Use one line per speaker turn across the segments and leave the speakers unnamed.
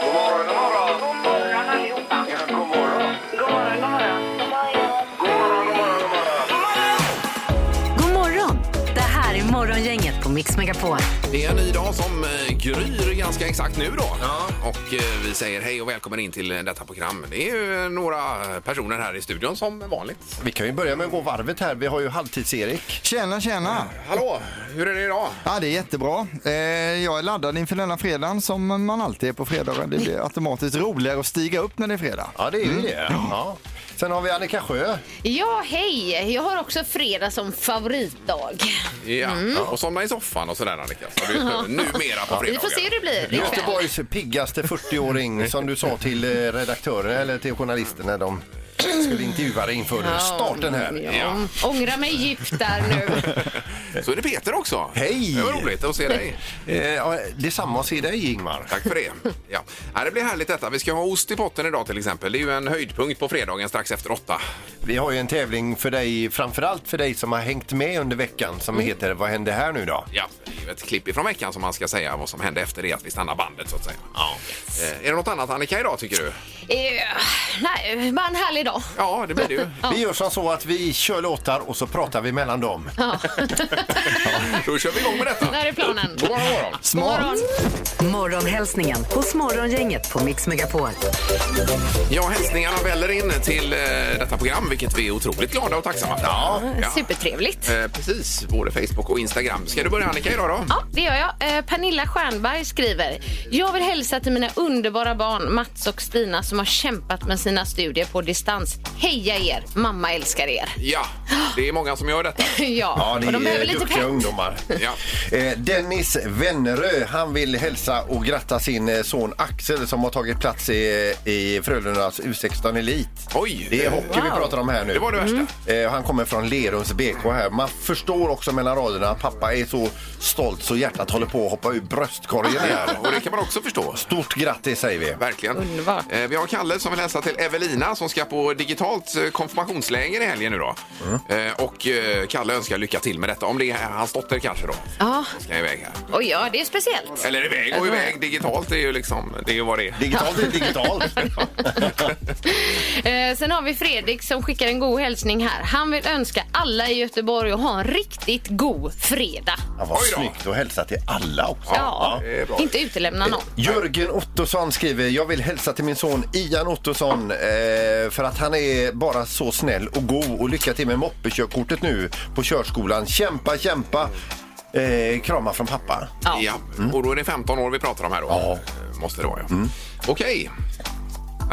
God morgon, god morgon.
God morgon allihopa.
Ja, god morgon.
God morgon, god morgon.
God morgon, god morgon,
God
god morgon.
morgon! Det här är Morgongänget på Mix Megapol.
Det är en ny dag som eh, gryr ganska exakt nu då. Och eh, vi säger hej och välkommen in till eh, detta program. Det är ju eh, några personer här i studion som vanligt.
Vi kan ju börja med att gå varvet här. Vi har ju halvtids-Erik.
Tjena, tjena!
Hallå, hur är det idag?
Ja, det är jättebra. Eh, jag är laddad inför denna fredagen som man alltid är på fredagar. Det blir automatiskt roligare att stiga upp när det är fredag.
Ja, det är ju det. Mm. Ja. Sen har vi Annika Sjö.
Ja, hej! Jag har också fredag som favoritdag.
Ja,
Mm.
och somna i soffan och sådär Annika. Så det är ju numera på fredagar.
Vi får se hur det blir ikväll.
Göteborgs piggaste 40-åring som du sa till eh, redaktörer eller till journalister när de skulle intervjua dig inför starten här.
Ja.
Ångra mig djupt där nu.
Så är det Peter också.
Hej!
Det var roligt att se dig.
Eh, ja, detsamma att se dig Ingmar.
Tack för det. Ja. Ja, det blir härligt detta. Vi ska ha ost i potten idag till exempel. Det är ju en höjdpunkt på fredagen strax efter åtta.
Vi har ju en tävling för dig, framförallt för dig som har hängt med under veckan som heter Vad hände här nu då?
Ja, det är ju ett klipp ifrån veckan som man ska säga vad som hände efter det att vi stannar bandet så att säga. Ja. Eh, Är det något annat Annika idag tycker du?
Eh, Nej, bara en härlig dag.
Ja, det blir det ju.
Vi gör som så att vi kör låtar och så pratar vi mellan dem.
Då kör vi igång med detta.
Där är planen.
God morgon, god morgon.
Smart!
Morgon.
Morgonhälsningen hos Morgongänget på Mix Megapol.
Ja, hälsningarna väller in till eh, detta program, vilket vi är otroligt glada och tacksamma för. Ja,
Supertrevligt.
Eh, precis, både Facebook och Instagram. Ska du börja Annika idag då?
Ja, det gör jag. Eh, Pernilla Stjernberg skriver. Jag vill hälsa till mina underbara barn Mats och Stina som har kämpat med sina studier på distans. Heja er! Mamma älskar er.
Ja, det är många som gör detta.
Ja,
Ja,
och de
det
behöver
är
lite
duktiga
pepp.
ungdomar.
Ja.
Eh, Dennis Wennerö, han vill hälsa och gratta sin eh, son Axel som har tagit plats i, i Frölundas U16 Elit.
Oj!
Det är hockey vi pratar om här nu.
Det var det värsta.
Eh, Han kommer från Lerums BK här. Man förstår också mellan raderna att pappa är så stolt så hjärtat håller på att hoppa ur bröstkorgen här.
Ja, och det kan man också förstå.
Stort grattis säger vi.
Verkligen.
Underbart.
Eh, Vi har Kalle som vill hälsa till Evelina som ska på digitalt eh, konfirmationsläger i helgen nu då. Eh, Och eh, Kalle önskar lycka till med detta. Om det är hans dotter kanske då.
Ja,
Ska iväg här.
och ja, det är speciellt.
Eller iväg och iväg. Digitalt är ju liksom, det är ju vad det är.
Digitalt är digitalt.
Eh, sen har vi Fredrik som skickar en god hälsning här. Han vill önska alla i Göteborg att ha en riktigt god fredag.
Ja, vad
Oj då.
snyggt att hälsa till alla också.
Ja,
det är bra.
inte utelämna någon.
Jörgen Ottosson skriver, jag vill hälsa till min son Ian Ottosson eh, för att han är bara så snäll och god och lycka till med moppekörkortet nu på körskolan. Kämpa, kämpa! Eh, krama från pappa.
Ja.
Ja, och då är det 15 år vi pratar om här då.
Ja.
Eh, Måste det vara, ja. Okej.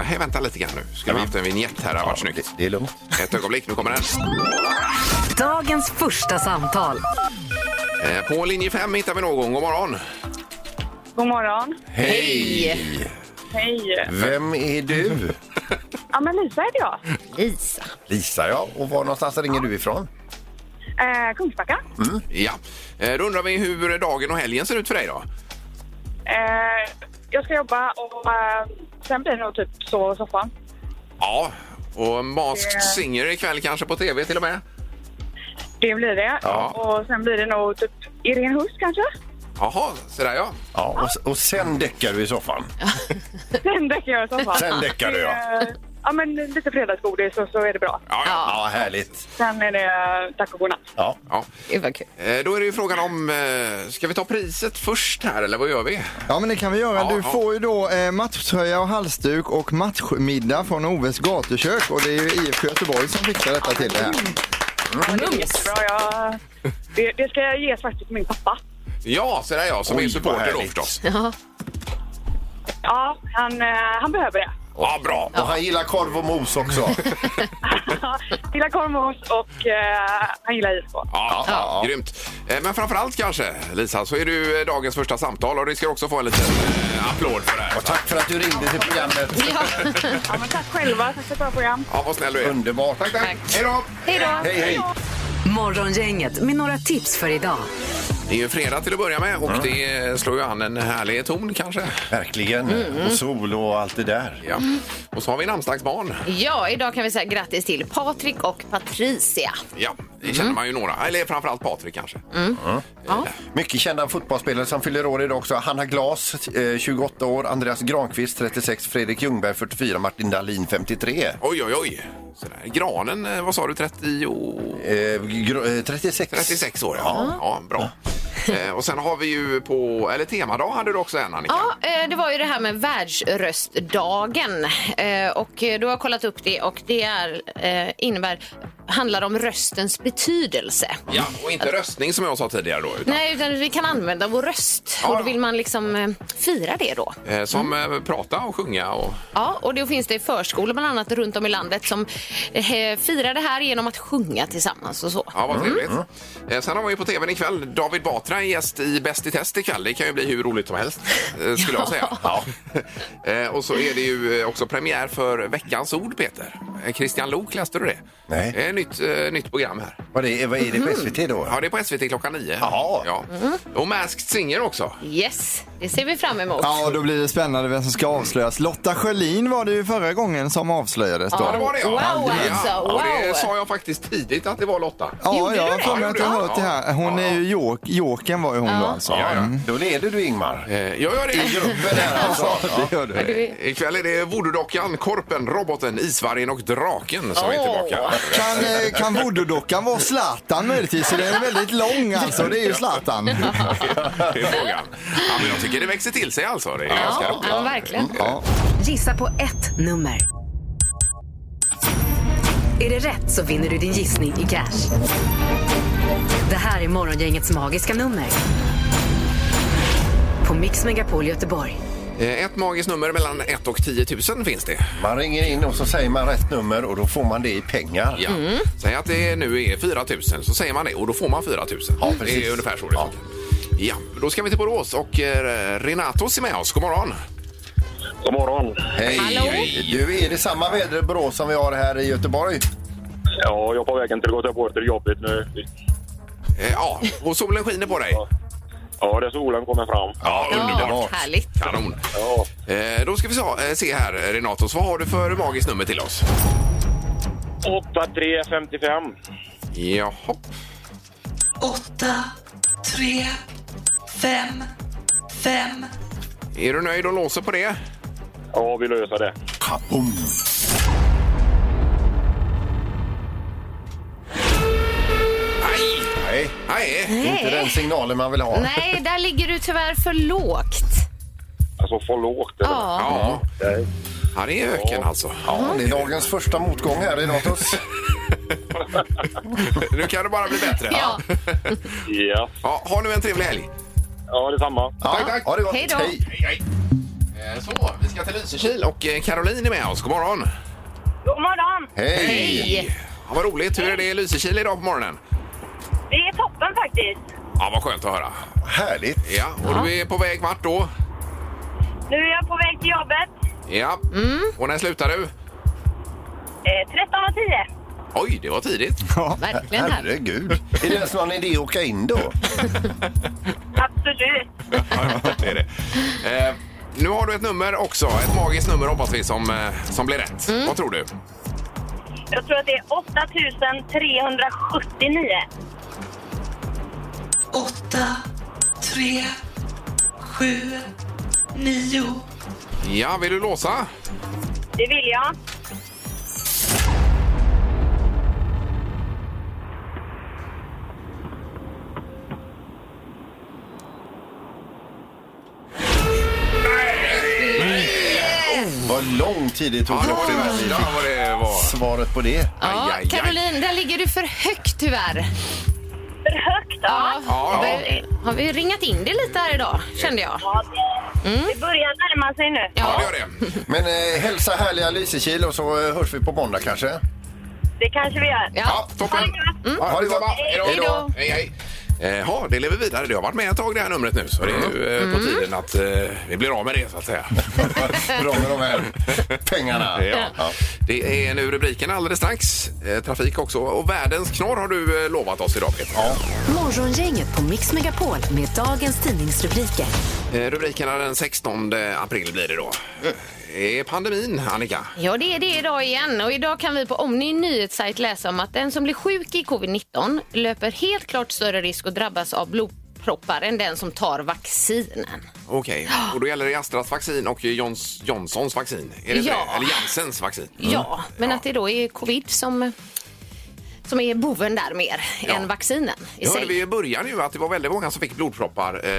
Nej, vänta lite grann nu. Skulle vi haft en vignett här, det hade varit snyggt.
Det är lugnt.
Ett ögonblick, nu kommer den.
Dagens första samtal.
Eh, På linje 5 hittar vi någon. God morgon.
God morgon.
Hej!
Hej.
Vem är du?
Ja, men Lisa heter jag.
Lisa.
Lisa ja, och var någonstans ringer du ifrån?
Eh, Kungsbacka.
Ja. Eh, Då undrar vi hur dagen och helgen ser ut för dig då?
Eh, jag ska jobba och eh, sen blir det nog typ sova i soffan.
Ja, och Masked
Det-
Singer ikväll kanske på tv till och med.
Det blir det.
Ja.
Och sen blir det nog typ Irene Hus kanske.
Jaha, så där ja.
Ja, och, och sen däckar du i soffan.
Sen däckar jag i soffan.
Sen däckar du ja.
Eh, ja, men lite fredagsgodis och så är det bra.
Ja, ja.
Ja, härligt.
Sen är det eh, tack och godnatt.
Ja.
ja.
Det var kul.
Eh, Då är det ju frågan om, eh, ska vi ta priset först här eller vad gör vi?
Ja, men det kan vi göra.
Ja,
Du
ja.
får ju då eh, matchtröja och halsduk och matchmiddag från Oves gatukök och det är ju IFK Göteborg som fixar detta till det här.
Jättebra. Jag, det, det ska jag ge faktiskt till min pappa.
Ja, så där ja, som
Oj,
är
vad
supporter då
härligt.
förstås.
Ja, han, eh, han behöver det.
Ja, bra.
Och han gillar korv och mos också.
gillar korvmos och eh, han gillar IFK.
Ja, ja. Grymt. Eh, Men framförallt kanske, Lisa, så är du eh, dagens första samtal och du ska också få en liten eh, applåd för det här.
Och tack för att du ringde till programmet.
Ja.
Ja, men tack själva. Tack för ett bra program.
Ja, vad snäll du är.
Underbart.
Tack, tack. Hej då!
Hej då!
Hej, hej.
Morgongänget med några tips för idag.
Det är ju fredag till att börja med
Mm.
och det eh, slår ju an en härlig ton kanske.
Verkligen. Och sol och allt det där.
Ja. Och så har vi namnsdagsbarn.
Ja, idag kan vi säga grattis till Patrik och Patricia.
Ja, Det känner man ju några. Eller framförallt Patrik kanske.
Ja.
Mycket kända fotbollsspelare som fyller år idag också. Hanna Glas, eh, 28 år. Andreas Granqvist, 36. Fredrik Ljungberg, 44. Martin Dahlin, 53.
Oj, oj, oj. Sådär. Granen, eh, vad sa du, 30 och...
Eh, gr- eh, 36.
36 år, ja. ja bra. Eh, och sen har vi ju på, eller temadag hade du också en Annika.
Ja, eh, det var ju det här med världsröstdagen. Eh, Och eh, då har jag kollat upp det och det är, eh, innebär, handlar om röstens betydelse.
Ja, och inte röstning som jag sa tidigare då. Utan,
Nej, utan vi kan använda vår röst
Ja,
och då
ja.
vill man liksom eh, fira det då.
eh, som eh, prata och sjunga och...
Ja, och då finns det förskolor bland annat runt om i landet som eh, firar det här genom att sjunga tillsammans och så.
Ja, vad trevligt. Eh, Sen har vi ju på tvn ikväll David Batra är gäst i Bäst i test ikväll. Det kan ju bli hur roligt som helst, eh, skulle jag säga. Eh, och så är det ju eh, också premiär för Veckans ord, Peter. Eh, Christian Lok, läste du det?
Nej.
Det är ett nytt, eh, nytt program här.
Vad är, vad är det på SVT då?
Ja, det är på SVT klockan nio.
Jaha.
Ja. Mm. Och Masked Singer också.
Yes, det ser vi fram emot.
Ja, och då blir det spännande vem som ska avslöjas. Lotta Schelin var det ju förra gången som avslöjades. Då.
Ja, det var det ja.
Wow,
ja.
alltså,
Och det
wow.
sa jag faktiskt tidigt att det var Lotta.
Ja,
Gjorde
jag
du
har
det?
för mig att jag har hört det här. Hon är ju Jork, Jorken var ju hon då alltså.
Ja, ja.
Mm.
Då leder du Ingmar.
Eh, Jag gör det.
Gruppen här alltså.
Det gör du.
Eh, Ikväll är det voodoo-dockan, korpen, roboten, isvargen och draken som är
Åh.
tillbaka.
Kan, eh, kan voodoo-dockan vara Zlatan möjligtvis? Så det är väldigt lång alltså. Det är ju Zlatan.
Det är frågan. Ja, men jag tycker det växer till sig alltså. Det är ganska
Ja,
roligt.
ja, verkligen.
Ja.
Gissa på ett nummer. Är det rätt så vinner du din gissning i cash. Det här är Morgongängets magiska nummer. På Mix Megapol Göteborg.
Eh, Ett magiskt nummer mellan 1 och 10 000 finns det.
Man ringer in och så säger man rätt nummer och då får man det i pengar.
Ja. Säg att det nu är 4 000 så säger man det och då får man 4 000. Ja, Det
precis.
är ungefär så det funkar. Ja, då ska vi till Borås och eh, Renatos är med oss. God morgon!
God morgon.
Hej!
Hallå?
Du, är det samma väder i Borås som vi har här i Göteborg?
Ja, jag är på vägen till Göteborg till jobbet nu.
Eh, Ja, och solen skiner på dig.
Ja, det är solen kommer fram.
Ja,
Ja,
underbart!
härligt.
Kanon!
Ja,
Eh, Då ska vi se- eh, se här, Renatos. Vad har du för magiskt nummer till oss?
8355.
Jaha.
8, 3, 5, 5.
Är du nöjd och låser på det?
Ja, vi löser det.
Nej!
Nej,
Nej!
det är inte den signalen man vill ha.
Nej, där ligger du tyvärr för lågt.
Alltså, för lågt. eller?
Ja.
Ja,
Nej.
han är öken alltså.
Ja, det är dagens första motgång här i Natos.
Nu kan det bara bli bättre.
Ja.
Ja.
Ja, ha nu en trevlig helg.
ja, detsamma.
Ja,
Tack, tack.
Ha det gott.
Hej då.
Hej, hej. Eh, Så, vi ska till Lysekil och eh, Caroline är med oss. God morgon.
God morgon!
Hej.
Hej.
Ja, vad roligt. Hur är det i Lysekil idag på morgonen?
Det är toppen faktiskt.
Ja, vad skönt att höra.
Härligt.
Ja, och du är på väg vart då?
Nu är jag på väg till jobbet.
Ja. Och när slutar du?
Eh, 13.10.
Oj, det var tidigt.
Verkligen här.
Herregud. Är det ens någon idé att åka in då?
Absolut.
det är det. Eh, nu har du ett nummer också. Ett magiskt nummer hoppas vi som, eh, som blir rätt. Vad tror du?
Jag tror att det är 8379.
8, 3, 7, 9.
Ja, vill du låsa?
Det vill jag.
Vad lång tid det tog.
Ja, det var det
innan vi
värsta vad det var.
fick Svaret på det.
Aj,
Ja,
aj, aj.
Caroline, där ligger du för högt tyvärr.
För högt, ja.
Ja,
Ja, ja.
vi- Har vi ringat in det lite här idag, kände jag.
ja det, det börjar närma sig nu.
Ja, det
Ja,
gör det.
Men eh, hälsa härliga Lysekil och så eh, hörs vi på måndag kanske.
Det kanske vi gör.
Ja,
ja.
toppen. Mm.
Ha, det gott.
Hej
Hej
då.
då.
Hej, hej. Eh, Ja, det lever vidare. Det har varit med ett tag det här numret nu så det är ju eh,
Mm.
på tiden att eh, vi blir av med det så att säga.
Bra med de här pengarna.
Ja. Det är nu rubriken alldeles strax. Eh, Trafik också. Och världens knorr har du eh, lovat oss idag Peter.
Morgongänget på Mix Megapol med dagens tidningsrubriker.
Eh, Rubrikerna den 16 april blir det då. Det är pandemin, Annika.
Ja, det är det idag igen. Och idag kan vi på Omni nyhetssajt läsa om att den som blir sjuk i covid-19 löper helt klart större risk att drabbas av blodproppar än den som tar vaccinen.
Okej, och då gäller det Astras vaccin och Johns, Johnsons vaccin. Är det inte
Ja.
det? Eller Jansens vaccin. Mm.
Ja, men
Ja.
att det då är covid som, som är boven där mer
Ja.
än vaccinen i
Nu hörde
sig.
vi i början ju att det var väldigt många som fick blodproppar eh,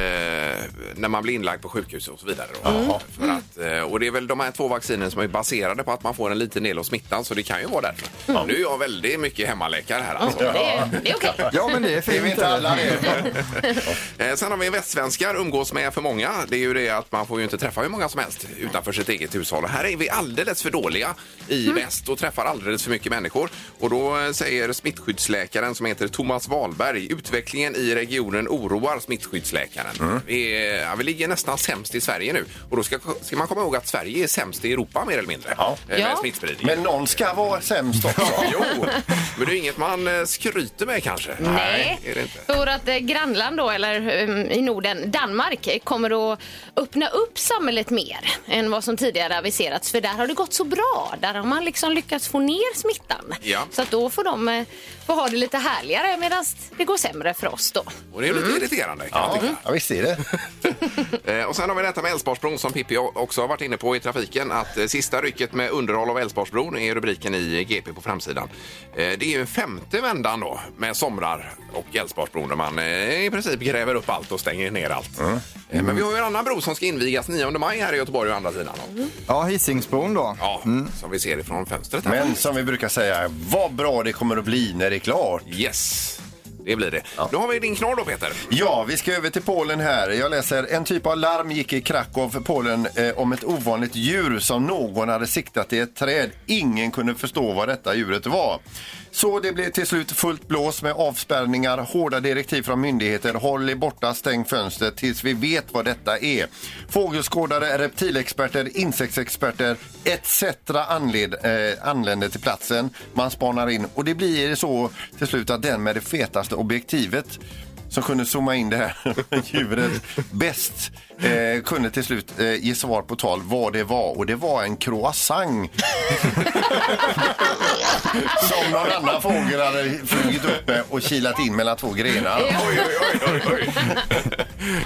när man blir inlagd på sjukhus och så vidare. Då.
Mm.
För att, eh, och det är väl de här två vaccinen som är baserade på att man får en liten del av smittan så det kan ju vara därför. Nu är jag väldigt mycket hemmaläkare här alltså.
Mm. Det är, det är okej.
Ja, men det är
Det
fint.
vet alla det.
Eh, sen har vi västsvenskar umgås med för många. Det är ju det att man får ju inte träffa hur många som helst utanför sitt eget hushåll. Och här är vi alldeles för dåliga i
Mm.
väst och träffar alldeles för mycket människor. Och då eh, säger smittskyddsläkaren som heter Thomas Wahlberg, utvecklingen i regionen oroar smittskyddsläkaren.
Mm.
Vi, är- ja, vi ligger nästan sämst i Sverige nu. Och då ska, ska man komma ihåg att Sverige är sämst i Europa mer eller mindre.
Ja.
Eh, Med
Ja.
smittspridning.
Men någon ska vara sämst också.
Jo, men det är inget man eh, skryter med kanske.
Nej,
är det inte.
för att eh, grannland då, eller eh, i Norden, Danmark, eh, kommer att öppna upp samhället mer än vad som tidigare aviserats. För där har det gått så bra. Där har man liksom lyckats få ner smittan.
Ja.
Så att då får de eh, få ha det lite härligare medan det går sämre för oss då.
Och det är ju lite irriterande. Kan jag
Mm. Ja,
tycka.
ja, visst är det.
Eh, Och sen har vi detta med Älvsborgsbron som Pippi också har varit inne på i trafiken. Att eh, sista rycket med underhåll av Älvsborgsbron är rubriken i GP på framsidan. Eh, Det är ju en femte vändan då med somrar och Älvsborgsbron där man eh, i princip gräver upp allt och stänger ner allt. Eh, Men vi har ju en annan bro som ska invigas 9 maj här i Göteborg å andra sidan. då.
Ja, Hisingsbron då.
Ja, som vi ser ifrån fönstret här.
Men som vi brukar säga, vad bra det kommer att bli när det är klart.
Yes, det blir det. Då har vi din knorr då Peter.
Ja, vi ska över till Polen här. Jag läser en typ av larm gick i Krakow för Polen eh, om ett ovanligt djur som någon hade siktat i ett träd. Ingen kunde förstå vad detta djuret var. Så det blev till slut fullt blås med avspärrningar, hårda direktiv från myndigheter, håll er borta, stäng fönstret tills vi vet vad detta är. Fågelskådare, reptilexperter, insektsexperter etc. Anled, eh, anländer till platsen. Man spanar in och det blir så till slut att den med det fetaste objektivet som kunde zooma in det här djuret bäst eh, kunde till slut eh, ge svar på tal vad det var och det var en croissant som någon annan fågel hade flugit upp med och kilat in mellan två grenar.
Oj, oj, oj, oj, oj.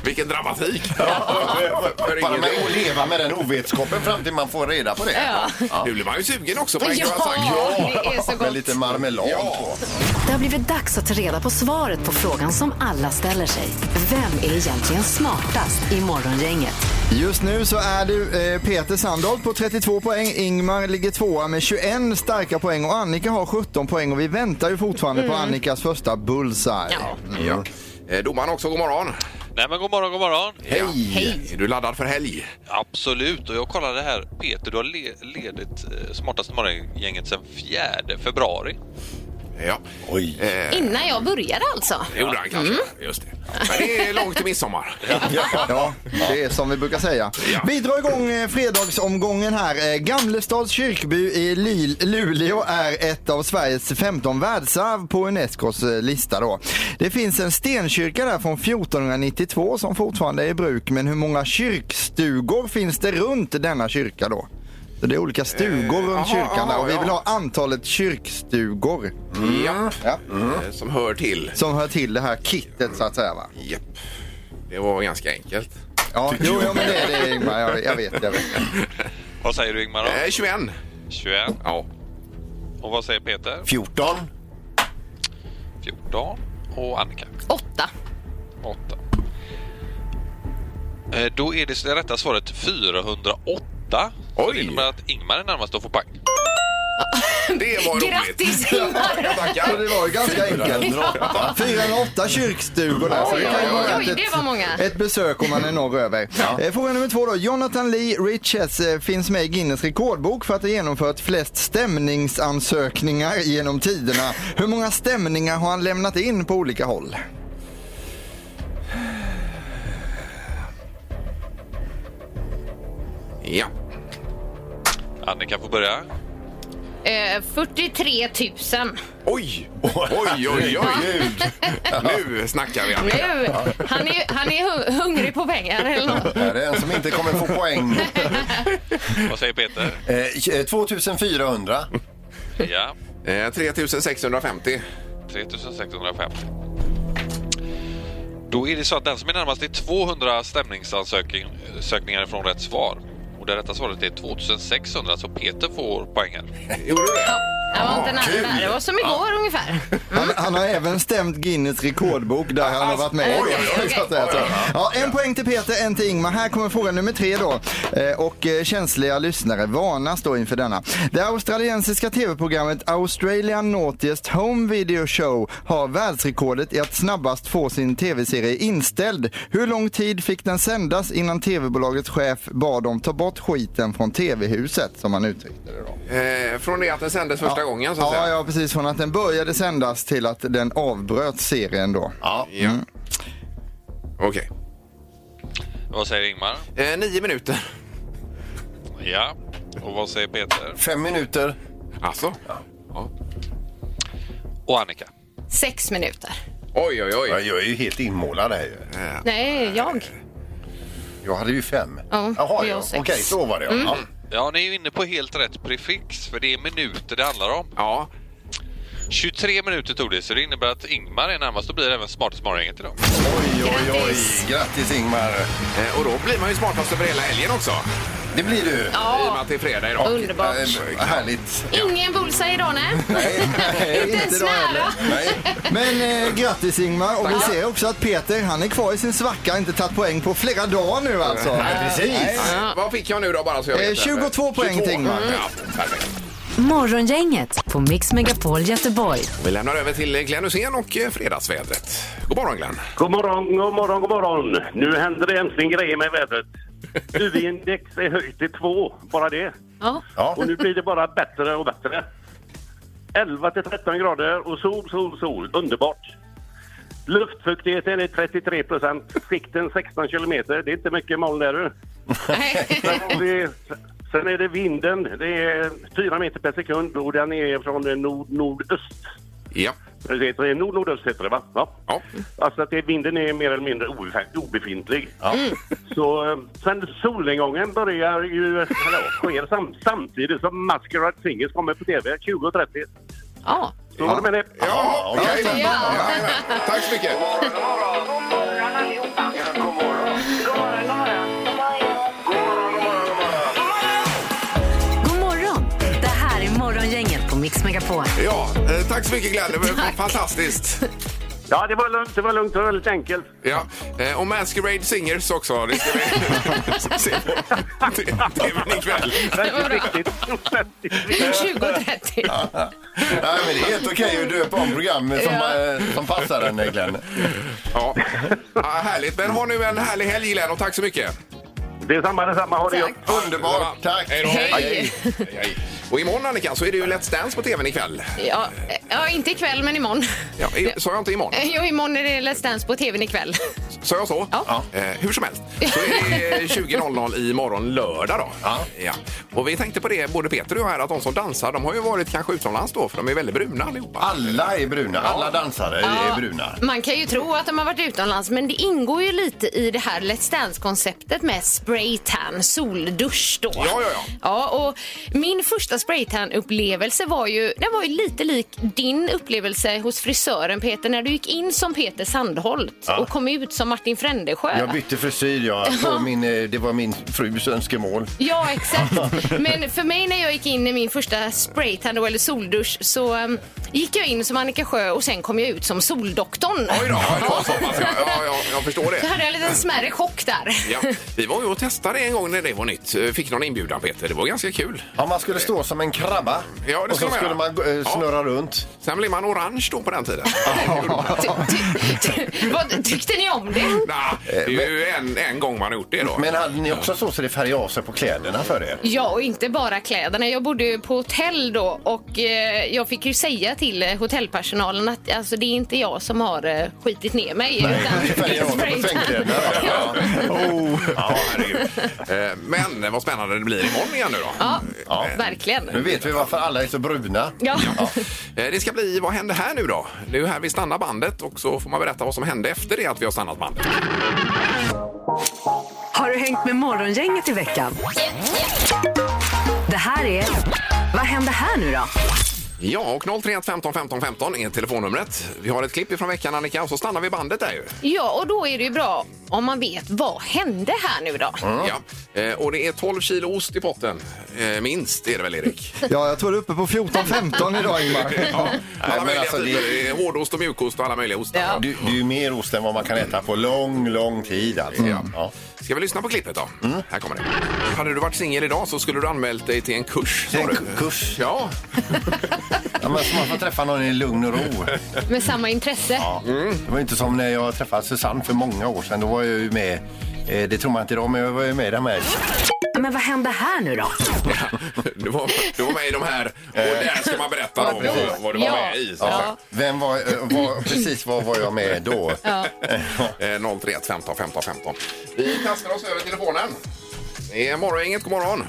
Vilken dramatik. För ingen
Bara med
rolig.
att leva med den ovetskapen fram till man får reda på det.
Nu blir man ju sugen också på en
Ja,
croissant.
det är så
Med
gott.
lite marmelad
Ja.
på.
Det har blivit dags att ta reda på svaret på frågan som alla ställer sig. Vem är egentligen smartast i Morgongänget?
Just nu så är du eh, Peter Sandholt på 32 poäng. Ingmar ligger tvåa med 21 starka poäng och Annika har 17 poäng och vi väntar ju fortfarande på Annikas första bullseye.
Mm. Ja.
Ja. Eh, Domaren också, god morgon.
Nej men god morgon, god morgon.
Hej. Är du laddad för helg?
Absolut, och jag kollade här. Peter, du har le- ledit eh, Smartaste morgongänget sedan 4 februari.
Ja, Eh,
Oj.
Innan jag började alltså.
det gjorde han kanske. Just det. Men det är långt till midsommar.
Ja, det är som vi brukar säga.
Ja.
Vi drar igång eh, fredagsomgången här. Eh, Gamlestads kyrkby i Lil- Luleå är ett av Sveriges 15 världsarv på Unescos eh, lista. Då. Det finns en stenkyrka där från 1492 som fortfarande är i bruk. Men hur många kyrkstugor finns det runt denna kyrka då? Så det är olika stugor runt
aha,
kyrkan där
aha,
och vi
Eh, ja.
vill ha antalet kyrkstugor
Ja.
Mm. ja,
Eh, Som hör till.
som hör till det här kittet så att säga. Va?
Japp. Det var ganska enkelt.
Ja, jo, ja, men det är det Ingmar. Jag, jag vet, jag vet.
Vad säger du Ingmar? Då?
Eh, 21.
21.
Ja.
Och vad säger Peter?
14.
14. Och Annika?
Åtta.
8. Eh, Då är det, det rätta svaret 408. Så
Oj.
det innebär att Ingmar är närmast att få poäng.
Det var roligt.
Grattis Ingmar!
Så det var ju ganska enkelt. 408 kyrkstugor där. Så det kan ju
Oj, oj,
vara
oj,
värt
det
ett-
var många.
Ett besök om man är norr över. Eh, Fråga nummer två då. Jonathan Lee Richards eh, finns med i Guinness rekordbok för att ha genomfört flest stämningsansökningar genom tiderna. Hur många stämningar har han lämnat in på olika håll?
Ja.
Annika får börja.
Eh, 43 000.
Oj! Oj, oj, oj! nu snackar vi!
Nu,
Annika.
han är, han är hu- hungrig på pengar eller något.
Här är en som inte kommer få poäng.
Vad säger Peter?
Eh, 2400.
Ja.
Eh, 3650.
3605. Då är det så att den som är närmast är 200 stämningsansökningar från rätt svar. Och det rätta svaret är 2600, så Peter får poängen.
Gjorde du det?
Det var inte
kul.
nära. Det var som igår ungefär.
Han, han har även stämt Guinness rekordbok där han har varit med.
Oj, oj, oj.
Så att säga så. Ja, en poäng till Peter, en till Ingmar. Här kommer fråga nummer tre då. Eh, Och eh, känsliga lyssnare varnas då inför denna. Det australiensiska tv-programmet Australian Naughtiest Home Video Show har världsrekordet i att snabbast få sin tv-serie inställd. Hur lång tid fick den sändas innan tv-bolagets chef bad dem ta bort skiten från tv-huset som han uttryckte det då?
Eh, från det att den sändes första gången så att
ja,
säga.
ja, precis. Från att den började sändas till att den avbröt serien då.
Ja. Okej.
Vad säger Ingmar?
Eh, nio minuter.
Ja. Och vad säger Peter?
Fem minuter.
Alltså?
Och Annika?
Sex minuter.
Oj, oj, oj.
Ja, Jag är ju helt inmålad här ju.
Nej, jag.
Jag hade ju fem.
Ja,
Jaha,
och jag
ja.
sex. Mm.
okej, så var det. ja. Ja.
Ja, ni är ju inne på helt rätt prefix, för det är minuter det handlar om.
Ja.
23 minuter tog det, så det innebär att Ingmar är närmast och blir även smartast morgongänget idag.
Oj, oj, oj.
Grattis.
Grattis Ingmar.
Eh, och då blir man ju smartast över hela helgen också. I
Det blir du.
och med
Ja,
att det är fredag idag.
underbart.
Eh, Härligt.
Ingen bullseye idag, nej.
eh,
Nej,
Inte ens
då heller.
nära.
Nej.
Men eh, grattis Ingmar och vi ser också att Peter han är kvar i sin svacka, inte tagit poäng på flera dagar nu alltså.
Nej, Vad fick jag nu då bara så jag
Eh,
vet?
22 poäng till Ingmar.
Ja, perfekt.
Morgongänget på Mix Megapol Göteborg.
Vi lämnar över till Glenn Hussein och eh, fredagsvädret. God morgon Glenn.
God morgon, god morgon, god morgon. Nu händer det äntligen grejer med vädret. UV-index är höjt till två, bara det.
Ja.
Ja.
Och nu blir det bara bättre och bättre. 11 till 13 grader och sol, sol, sol. Underbart. Luftfuktigheten är 33 procent. Sikten 16 kilometer. Det är inte mycket moln där du.
Nej.
Sen, har vi, sen är det vinden. Det är 4 meter per sekund och den är från eh, nord, nordöst.
Ja.
Det heter nord, nordöst heter det va? Ja.
ja.
Alltså att det, vinden är mer eller mindre obef- obefintlig.
Mm.
Så eh, sen solnedgången börjar ju, eller ja, sker sam, samtidigt som Masquerade Singers kommer på tv 20.30.
Ja.
Så var det med det.
Ja, okej.
Ja.
Jajamän. Tack så mycket.
God morgon! Det här är Morgongänget på Mix Megapol.
Ja, eh, tack så mycket Glenn. Det var fantastiskt.
Ja, det var lugnt, det var lugnt, det var väldigt enkelt.
Ja. eh, Och Masquerade Singers också. Det ska vi se på tvn ikväll.
var
Väldigt
bra.
viktigt. Väldigt viktigt.
20.30.
Nej, men det är helt okej att döpa om program som,
Ja.
eh, som passar en eh, Glenn.
Ja. ja, härligt. Men ha nu en härlig helg Glenn och tack så mycket.
Det är samma, det är samma. Ha det
Tack.
gött.
Ja.
Underbart, tack.
Hej då.
Hej.
Hej, hej. Och imorgon Annika så är det ju Let's Dance på tvn ikväll.
Ja, eh, ja, inte ikväll, men imorgon.
Ja, i- sa jag inte imorgon?
Eh, Jo, imorgon är det Let's Dance på tvn ikväll.
Sa jag så?
Ja.
Eh, hur som helst, så är det 20.00 imorgon lördag då. Ja. Och vi tänkte på det, både Peter och jag här, att de som dansar, de har ju varit kanske utomlands då, för de är väldigt bruna allihopa.
Alla är bruna. Alla dansare är bruna.
Man kan ju tro att de har varit utomlands, men det ingår ju lite i det här Let's Dance-konceptet med spraytan, soldusch då.
Ja, ja, ja.
Ja, och min första spraytan-upplevelse var ju, den var ju lite lik din upplevelse hos frisören Peter, när du gick in som Peter Sandholt och kom ut som Martin Frändesjö.
Jag bytte frisyr, jag. Det var min, eh, det var min frus önskemål.
Ja, exakt. Men för mig när jag gick in i min första spraytan då, eller soldusch så um, gick jag in som Annika Sjö och sen kom jag ut som Soldoktorn.
Oj då, det var så pass, ja, ja, ja, jag förstår
Så
det.
hade jag en liten smärre chock där.
Ja, vi var ju och testade en gång när det var nytt. Eh, Fick någon inbjudan Peter, det var ganska kul.
Ja, man skulle stå som en krabba
Ja, det
och så
skulle
skulle
man
man
göra.
eh, snurra runt.
Sen blev man orange då på den tiden.
Ty, ty, ty, vad tyckte ni om det?
Nah, det är ju en, en gång man har gjort det då.
Men hade ni också så så det färgade av sig på kläderna för er?
Ja, och inte bara kläderna. Jag bodde ju på hotell då och eh, jag fick ju säga till eh, hotellpersonalen att alltså, det är inte jag som har eh, skitit ner mig. utan
Vi färgar honom på
spraytan.
fängkläderna.
Ja.
Oh.
Ja, herregud. Eh, Men vad spännande det blir imorgon igen nu då.
Ja,
Ja.
verkligen.
Nu vet vi varför alla är så bruna.
Ja.
Eh, Det ska bli Vad händer här nu då? Det är ju här vi stannar bandet och så får man berätta vad som hände efter det att vi har stannat bandet.
Har du hängt med Morgongänget i veckan? Det här är... Vad händer här nu då?
Ja, och 031 15 15 15 är telefonnumret. Vi har ett klipp ifrån veckan Annika och så stannar vi bandet där ju.
ja, och då är det ju bra om man vet vad hände här nu då.
Ja. Eh, Och det är 12 kilo ost i potten. Eh, Minst är det väl Erik?
Ja, jag tror du är uppe på 14-15 idag Ingmar.
Ja.
Nej,
Alla
men
möjliga
alltså, det-
typer. Det är Hårdost och mjukost och alla möjliga ostar.
Ja.
Det, det är ju mer ost än vad man kan äta på lång, lång tid. Alltså. Ja.
Ska vi lyssna på klippet då? Här kommer det. Hade du varit singel idag så skulle du anmält dig till en kurs. sa
Till en
du.
ku- kurs?
Ja.
Ja, men så man får träffa någon i lugn och ro.
Med samma intresse.
Det var ju inte som när jag träffade Susanne för många år sedan. Då var jag ju med, eh, det tror man inte idag, men jag var ju med i den här
Men vad händer här nu då?
Du var, du var med i de här och där ska man berätta då vad, vad du var
Ja.
med i. Så att säga.
Ja.
Vem var, eh, var, precis vad var jag med då?
Eh, 031 15 15 15. Vi kastar oss över telefonen. Det är morgongänget, god morgon.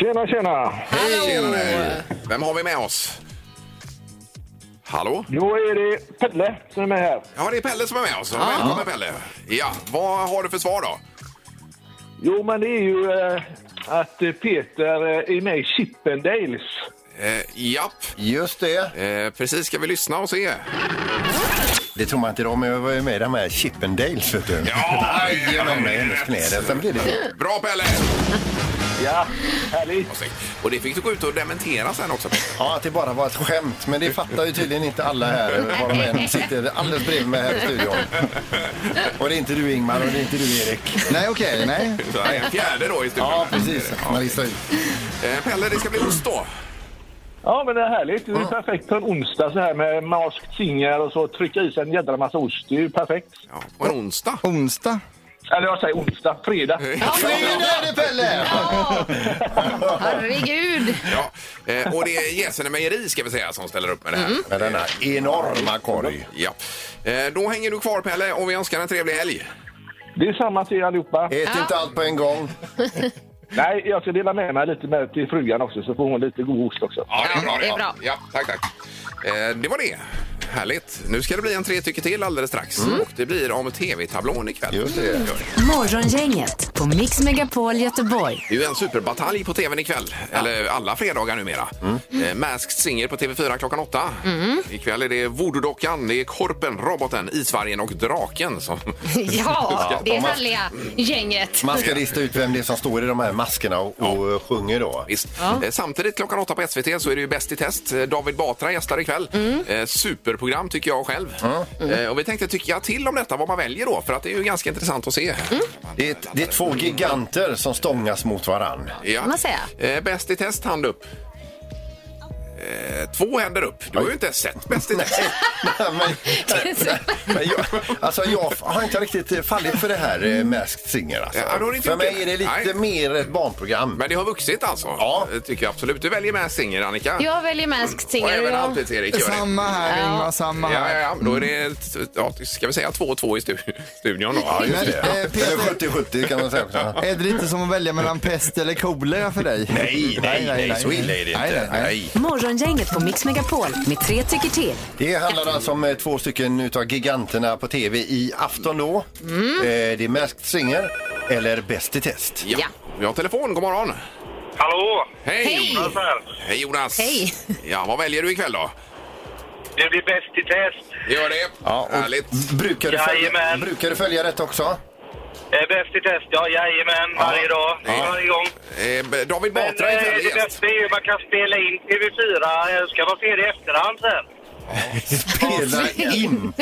Tjena, tjena!
Hej! Tjenare. Vem har vi med oss? Hallå?
Då är det Pelle som är med här.
Ja, det är Pelle som är med oss. Välkommen Pelle. Ja, vad har du för svar då?
Jo, men det är ju eh, att eh, Peter eh, är med i Chippendales.
Eh, japp,
Just det.
eh, precis ska vi lyssna och se.
Det tror man inte idag, men jag var ju med i den här Chippendales. Vet du.
Ja,
Genom med hennes knä. Sen blev det...
Bra Pelle!
Ja, härligt.
Och snyggt. Och det fick du gå ut och dementera sen också. Peter.
Ja, att det bara var ett skämt. Men det fattar ju tydligen inte alla här. Var de än sitter alldeles bredvid mig här i studion. Och det är inte du Ingmar och det är inte du Erik.
Nej, okej, nej.
Så här är en fjärde då i studion.
Ja, precis. Man listar ut.
Eh, Pelle, det ska bli ost då.
Ja, men det är härligt. Det är ju perfekt på en onsdag så här med Masked Singer och så trycka i sig en jädra massa ost. Det är ju perfekt.
Ja, på en onsdag.
Onsdag.
Eller jag säger onsdag, fredag.
Nu är det Pelle!
Ja. Herregud.
Ja. Eh, och det är Gäsene Mejeri ska vi säga som ställer upp med det här.
Med denna enorma korg.
Ja. Eh, då hänger du kvar Pelle och vi önskar en trevlig helg.
Det är samma till er allihopa.
Ät inte allt på en gång.
Nej, jag ska dela med mig lite med till frugan också så får hon lite god ost också.
Ja, det är bra.
det är bra.
Ja, tack, tack. Eh, det var det. Härligt. Nu ska det bli en tre tycker till alldeles strax. Och det blir om tv-tablån ikväll.
Just det.
Morgongänget på Mix Megapol Göteborg.
Det är ju en superbatalj på tvn ikväll. Eller alla fredagar numera. Eh, Masked Singer på TV4 klockan åtta. Ikväll är det voodoo-dockan, det är korpen, roboten, isvargen och draken som...
Ja, det
om
är
man-
härliga gänget.
Man ska lista ut vem det är som står i de här maskerna och, och sjunger då.
Visst. Eh, Samtidigt klockan åtta på SVT så är det ju Bäst i test. Eh, David Batra gästar ikväll. Eh, Superprogram tycker jag själv. Eh, Och vi tänkte tycka till om detta, vad man väljer då. För att det är ju ganska intressant att se.
Det är, det är två giganter som stångas mot varann.
Ja.
Kan man säga.
Eh, Bäst i test, hand upp. Eh, Två händer upp. Du har ju inte sett Bäst i test.
men, men jag, alltså jag har inte riktigt eh, fallit för det här eh, Masked Singer. Alltså.
Ja, då har du inte
för
gjort det.
mig är det lite
Nej.
mer ett barnprogram.
Men det har vuxit alltså?
Ja.
Det tycker jag absolut. Du väljer med singer, Annika. Mm.
Jag väljer Masked
Och
Singer.
även
jag-
alltid Erik gör det.
Samma här Ingmar, samma
Ja, ja,
här.
ja, då är det, ja, ska vi säga två och två i stu studion då?
Ja, just
Men,
det.
eh, Peter-
Eller 70-70 kan man säga också.
Är det inte som att välja mellan pest eller kolera för dig?
Nej, nej, nej, så illa är det
Nej, nej,
inte.
nej.
Nej.
Morgongänget på Mix Megapol med tre tycker till.
Det handlar alltså om eh, två stycken utav giganterna på tv i afton då. Eh, Det är Masked Singer eller Bäst i test.
Ja.
Ja.
Vi har telefon, god morgon.
Hallå!
Hej!
Hej.
Jonas här. Hej Jonas!
Hej.
Ja, vad väljer du ikväll då?
Det blir bäst i test.
Gör det.
Ja, och
Härligt.
Brukar du, följa,
Jajamän.
brukar du följa rätt också?
bäst i test, ja jajamän. Varje dag,
Ja.
varje gång.
Eh, B- David
Men
Batra är
eh,
ikväll
det
gäst.
bästa är ju att man kan spela in TV4, eh, ska man se det i efterhand sen.
Spela in!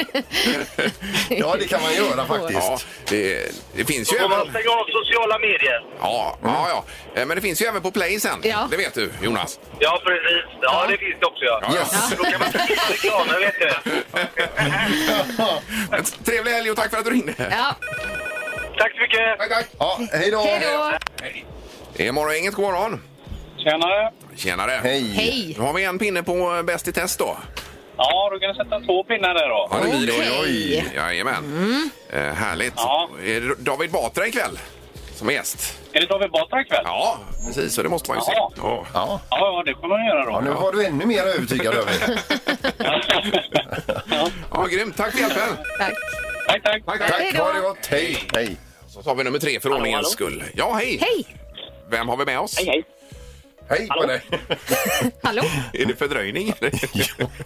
ja, det kan man göra faktiskt.
Ja, det, det finns ju
Då får man
även...
stänga av sociala medier.
Ja, ja, ja. Eh, Men det finns ju även på Play sen.
Ja.
Det vet du, Jonas.
Ja, precis. Ja, det finns det också ja.
Ja, ja.
Så Då kan man skicka reklamen, vet du.
Men Trevlig helg och tack för att du ringde.
Ja,
Tack så mycket!
Tack, tack.
Ja, hej då!
hej då.
Det är morgongänget, god morgon.
Tjenare!
Tjenare!
Hej.
Hej!
Nu har vi en pinne på eh, Bäst i test då.
Ja, du kan sätta två pinnar där då.
Ja, det blir det.
Okej. Mm.
Jajamän. Eh, härligt.
Ja.
Är det David Batra ikväll som är gäst?
Är det David Batra ikväll?
Ja, precis. Så det måste man ju se.
Ja.
Ja.
Ja.
ja, det får man göra
ja, nu var du ännu mer övertygad över.
ja, grymt. Tack för hjälpen.
Tack.
Tack, tack!
Tack,
Hej
Tack,
då.
ha det gott. Hej. Hej.
Så tar vi nummer tre för ordningens skull. Ja, hej.
Hej!
Vem har vi med oss?
hej!
Hej på dig.
Hallå?
Är det fördröjning?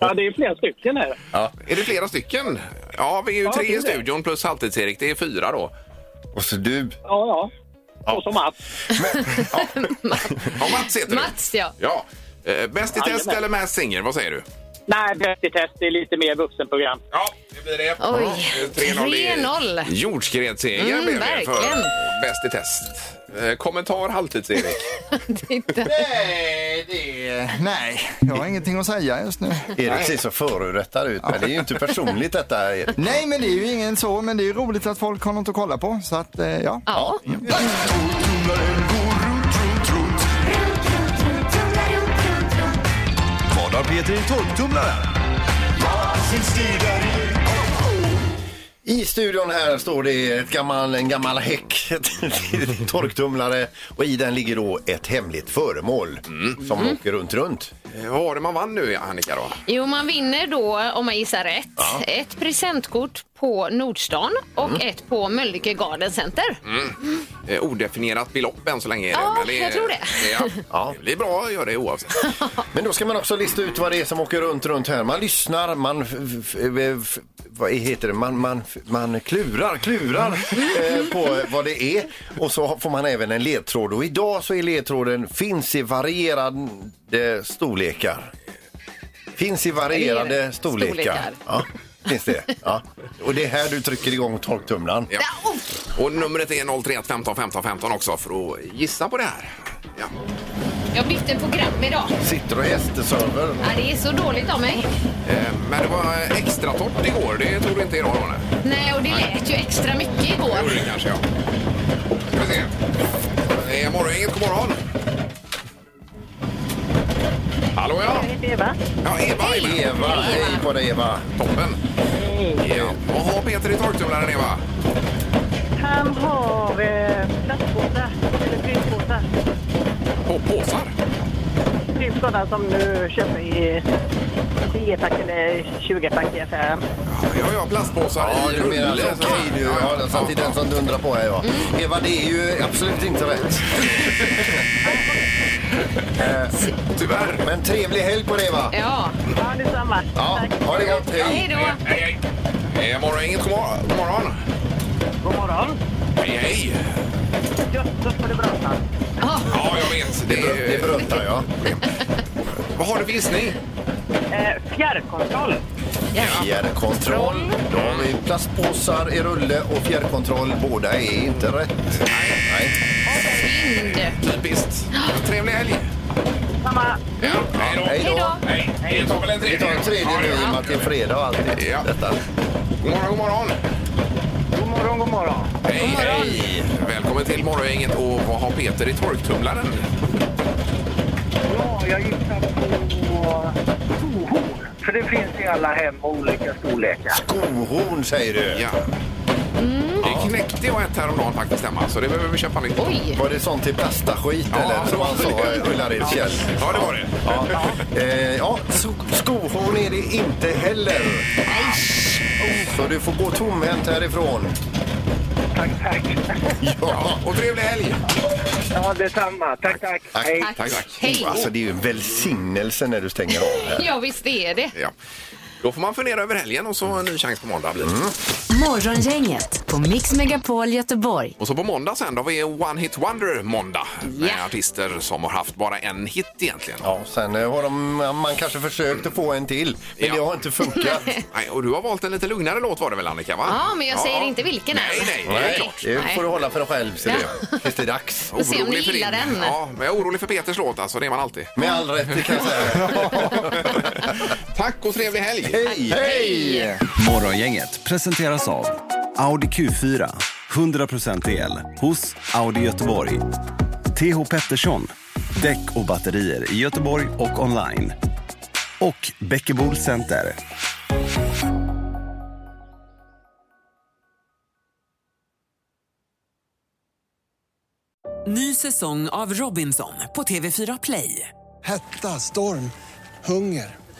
Ja, det är flera stycken här.
är det flera stycken? Ja, vi är ju
det
tre
är
i
det.
studion plus halvtids-Erik. Det är fyra då.
Och så du.
Ja, ja. Och så Mats.
Ja, Mats heter
Mats, ja.
du. Ja. Eh, Bäst i test
Jajamän.
eller Mass Singer? Vad säger du?
Nej, Bäst i test är lite mer vuxenprogram.
Ja, det blir det.
Oj,
Ja, 3-0 i-
3-0.
Jordskredsseger
Mm,
blev det för
verkligen.
Bäst i test. Eh, Kommentar halvtids-Erik.
Titta.
Nej, det... Nej, jag har ingenting att säga just nu.
Erik ser så förorättad ut, men det är ju inte personligt detta. Erik.
Nej, men det är ju ingen så, men det är ju roligt att folk har något att kolla på. Så att, eh, ja.
Ja.
Vad har Peter i torktumlaren?
I studion här står det ett gammal, en gammal häck, en torktumlare och i den ligger då ett hemligt föremål som åker runt, runt.
Eh, Vad var det man vann nu, Annika? Då?
Jo, man vinner då, om man gissar rätt, ett presentkort på Nordstan och
Mm.
ett på Mölnlycke Garden Center.
Eh, Odefinierat belopp än så länge. Är det,
Ja,
men det, är-
jag tror det.
Ja,
Ja.
det blir bra att göra det oavsett.
Men då ska man också lista ut vad det är som åker runt, runt här. Man lyssnar, man... f- f- f- Vad heter det? Man, man, man klurar, klurar eh, på vad det är. Och så får man även en ledtråd. Och idag så är ledtråden finns i varierande storlekar. Finns i varierande
Varierande
storlekar.
storlekar.
Ja, finns det. Ja. Och det är här du trycker igång torktumlaren.
Ja.
oh!
Och numret är 031 15 15 15 också för att gissa på det här. Ja.
Jag bytte program idag.
Sitter och hästeserver.
Ja, det är så dåligt av mig.
Eh, Men det var extra torrt igår. Det tog du inte idag, Ronne?
Nej, och det lät ju extra mycket
Det gjorde
igår.
det kanske, ja. Ska vi se. Det är Morgongänget, god morgon. Hallå, ja. Ja, Eva är med.
Eva, hej på dig Eva.
Toppen. Ja. Vad har Peter i torktumlaren, Eva?
Han har eh, plastpåsar, eller prylpåsar.
På påsar?
Typ sådana som du köper i 10-pack eller 20-pack i affären.
Ja, ja, plastpåsar
Ja,
i
du menar så.
rulle. så.
Okej, du. Ja, jag satt i den som dundrar på här, ja.
Mm.
Eva, det är ju absolut inte rätt. Eh,
Tyvärr.
Men trevlig helg på det, va?
Ja,
Ja, detsamma.
Ja, ha det gott.
hej
Hej.
då.
Hej, hej. Eh, Morgongänget, god mor- god morgon.
God morgon.
Hej, hej.
Jösses vad det brassar.
Ja, jag vet. Det
Det är
är...
bruntar, ja.
Vad har du för gissning?
Eh, fjärrkontroll.
Fjärrkontroll. De är plastpåsar i rulle och fjärrkontroll. Båda är inte rätt. Nej.
Vind.
Typiskt. Trevlig helg.
Samma.
Ja, hej då.
Hej
Hej då.
då.
Hej. Vi tar väl en
Vi tar en tredje nu i och med att det är fredag och allt
Ja.
detta.
God morgon, god morgon.
God morgon, god morgon.
Hej, hej. Välkommen till Morgongänget och vad har Peter i torktumlaren?
Ja, jag gissar på skohorn. För det finns i alla hem och olika storlekar.
Skohorn, säger du.
Ja. Det knäckte jag ett häromdagen faktiskt hemma, så det behöver vi köpa nytt.
Oj.
Var det sånt i plastaskit
Ja,
eller? Som han sa, eh, Ullared-Kjell.
Ja, det var det.
Ja, eh, ja so- skohorn är det inte heller. Så du får gå tomhänt härifrån.
Tack, tack.
Ja.
Och trevlig helg!
Ja, detsamma. Tack, tack. Hej.
Tack, tack.
Hej.
Alltså det är ju en välsignelse när du stänger av här.
Ja, visst är det.
Ja. Då får man fundera över helgen och så en ny chans på måndag blir det.
Morgongänget på Mix Megapol Göteborg.
Och så på måndag sen, då har vi One Hit Wonder måndag. Med
Ja.
artister som har haft bara en hit egentligen.
Ja, sen eh, har de, man kanske försökt att få en till, men
Ja.
det har inte funkat.
Nej, och du har valt en lite lugnare låt var det väl Annika? Va?
Ja, men jag säger inte vilken än.
Nej, nej, det är
Nej.
klart.
Det
Nej.
får du hålla för dig själv, ser du. Tills det är dags.
får se om ni gillar
för
den.
Ja, men jag är orolig för Peters låt alltså, det är man alltid.
Med all rätt, det kan jag säga.
Tack och trevlig helg!
Hej!
Hej.
Morgongänget presenteras av Audi Q4. 100% el hos Audi Göteborg. TH Pettersson. Däck och batterier i Göteborg och online. Och Bäckebol Center.
Ny säsong av Robinson på TV4 Play.
Hetta, storm, hunger.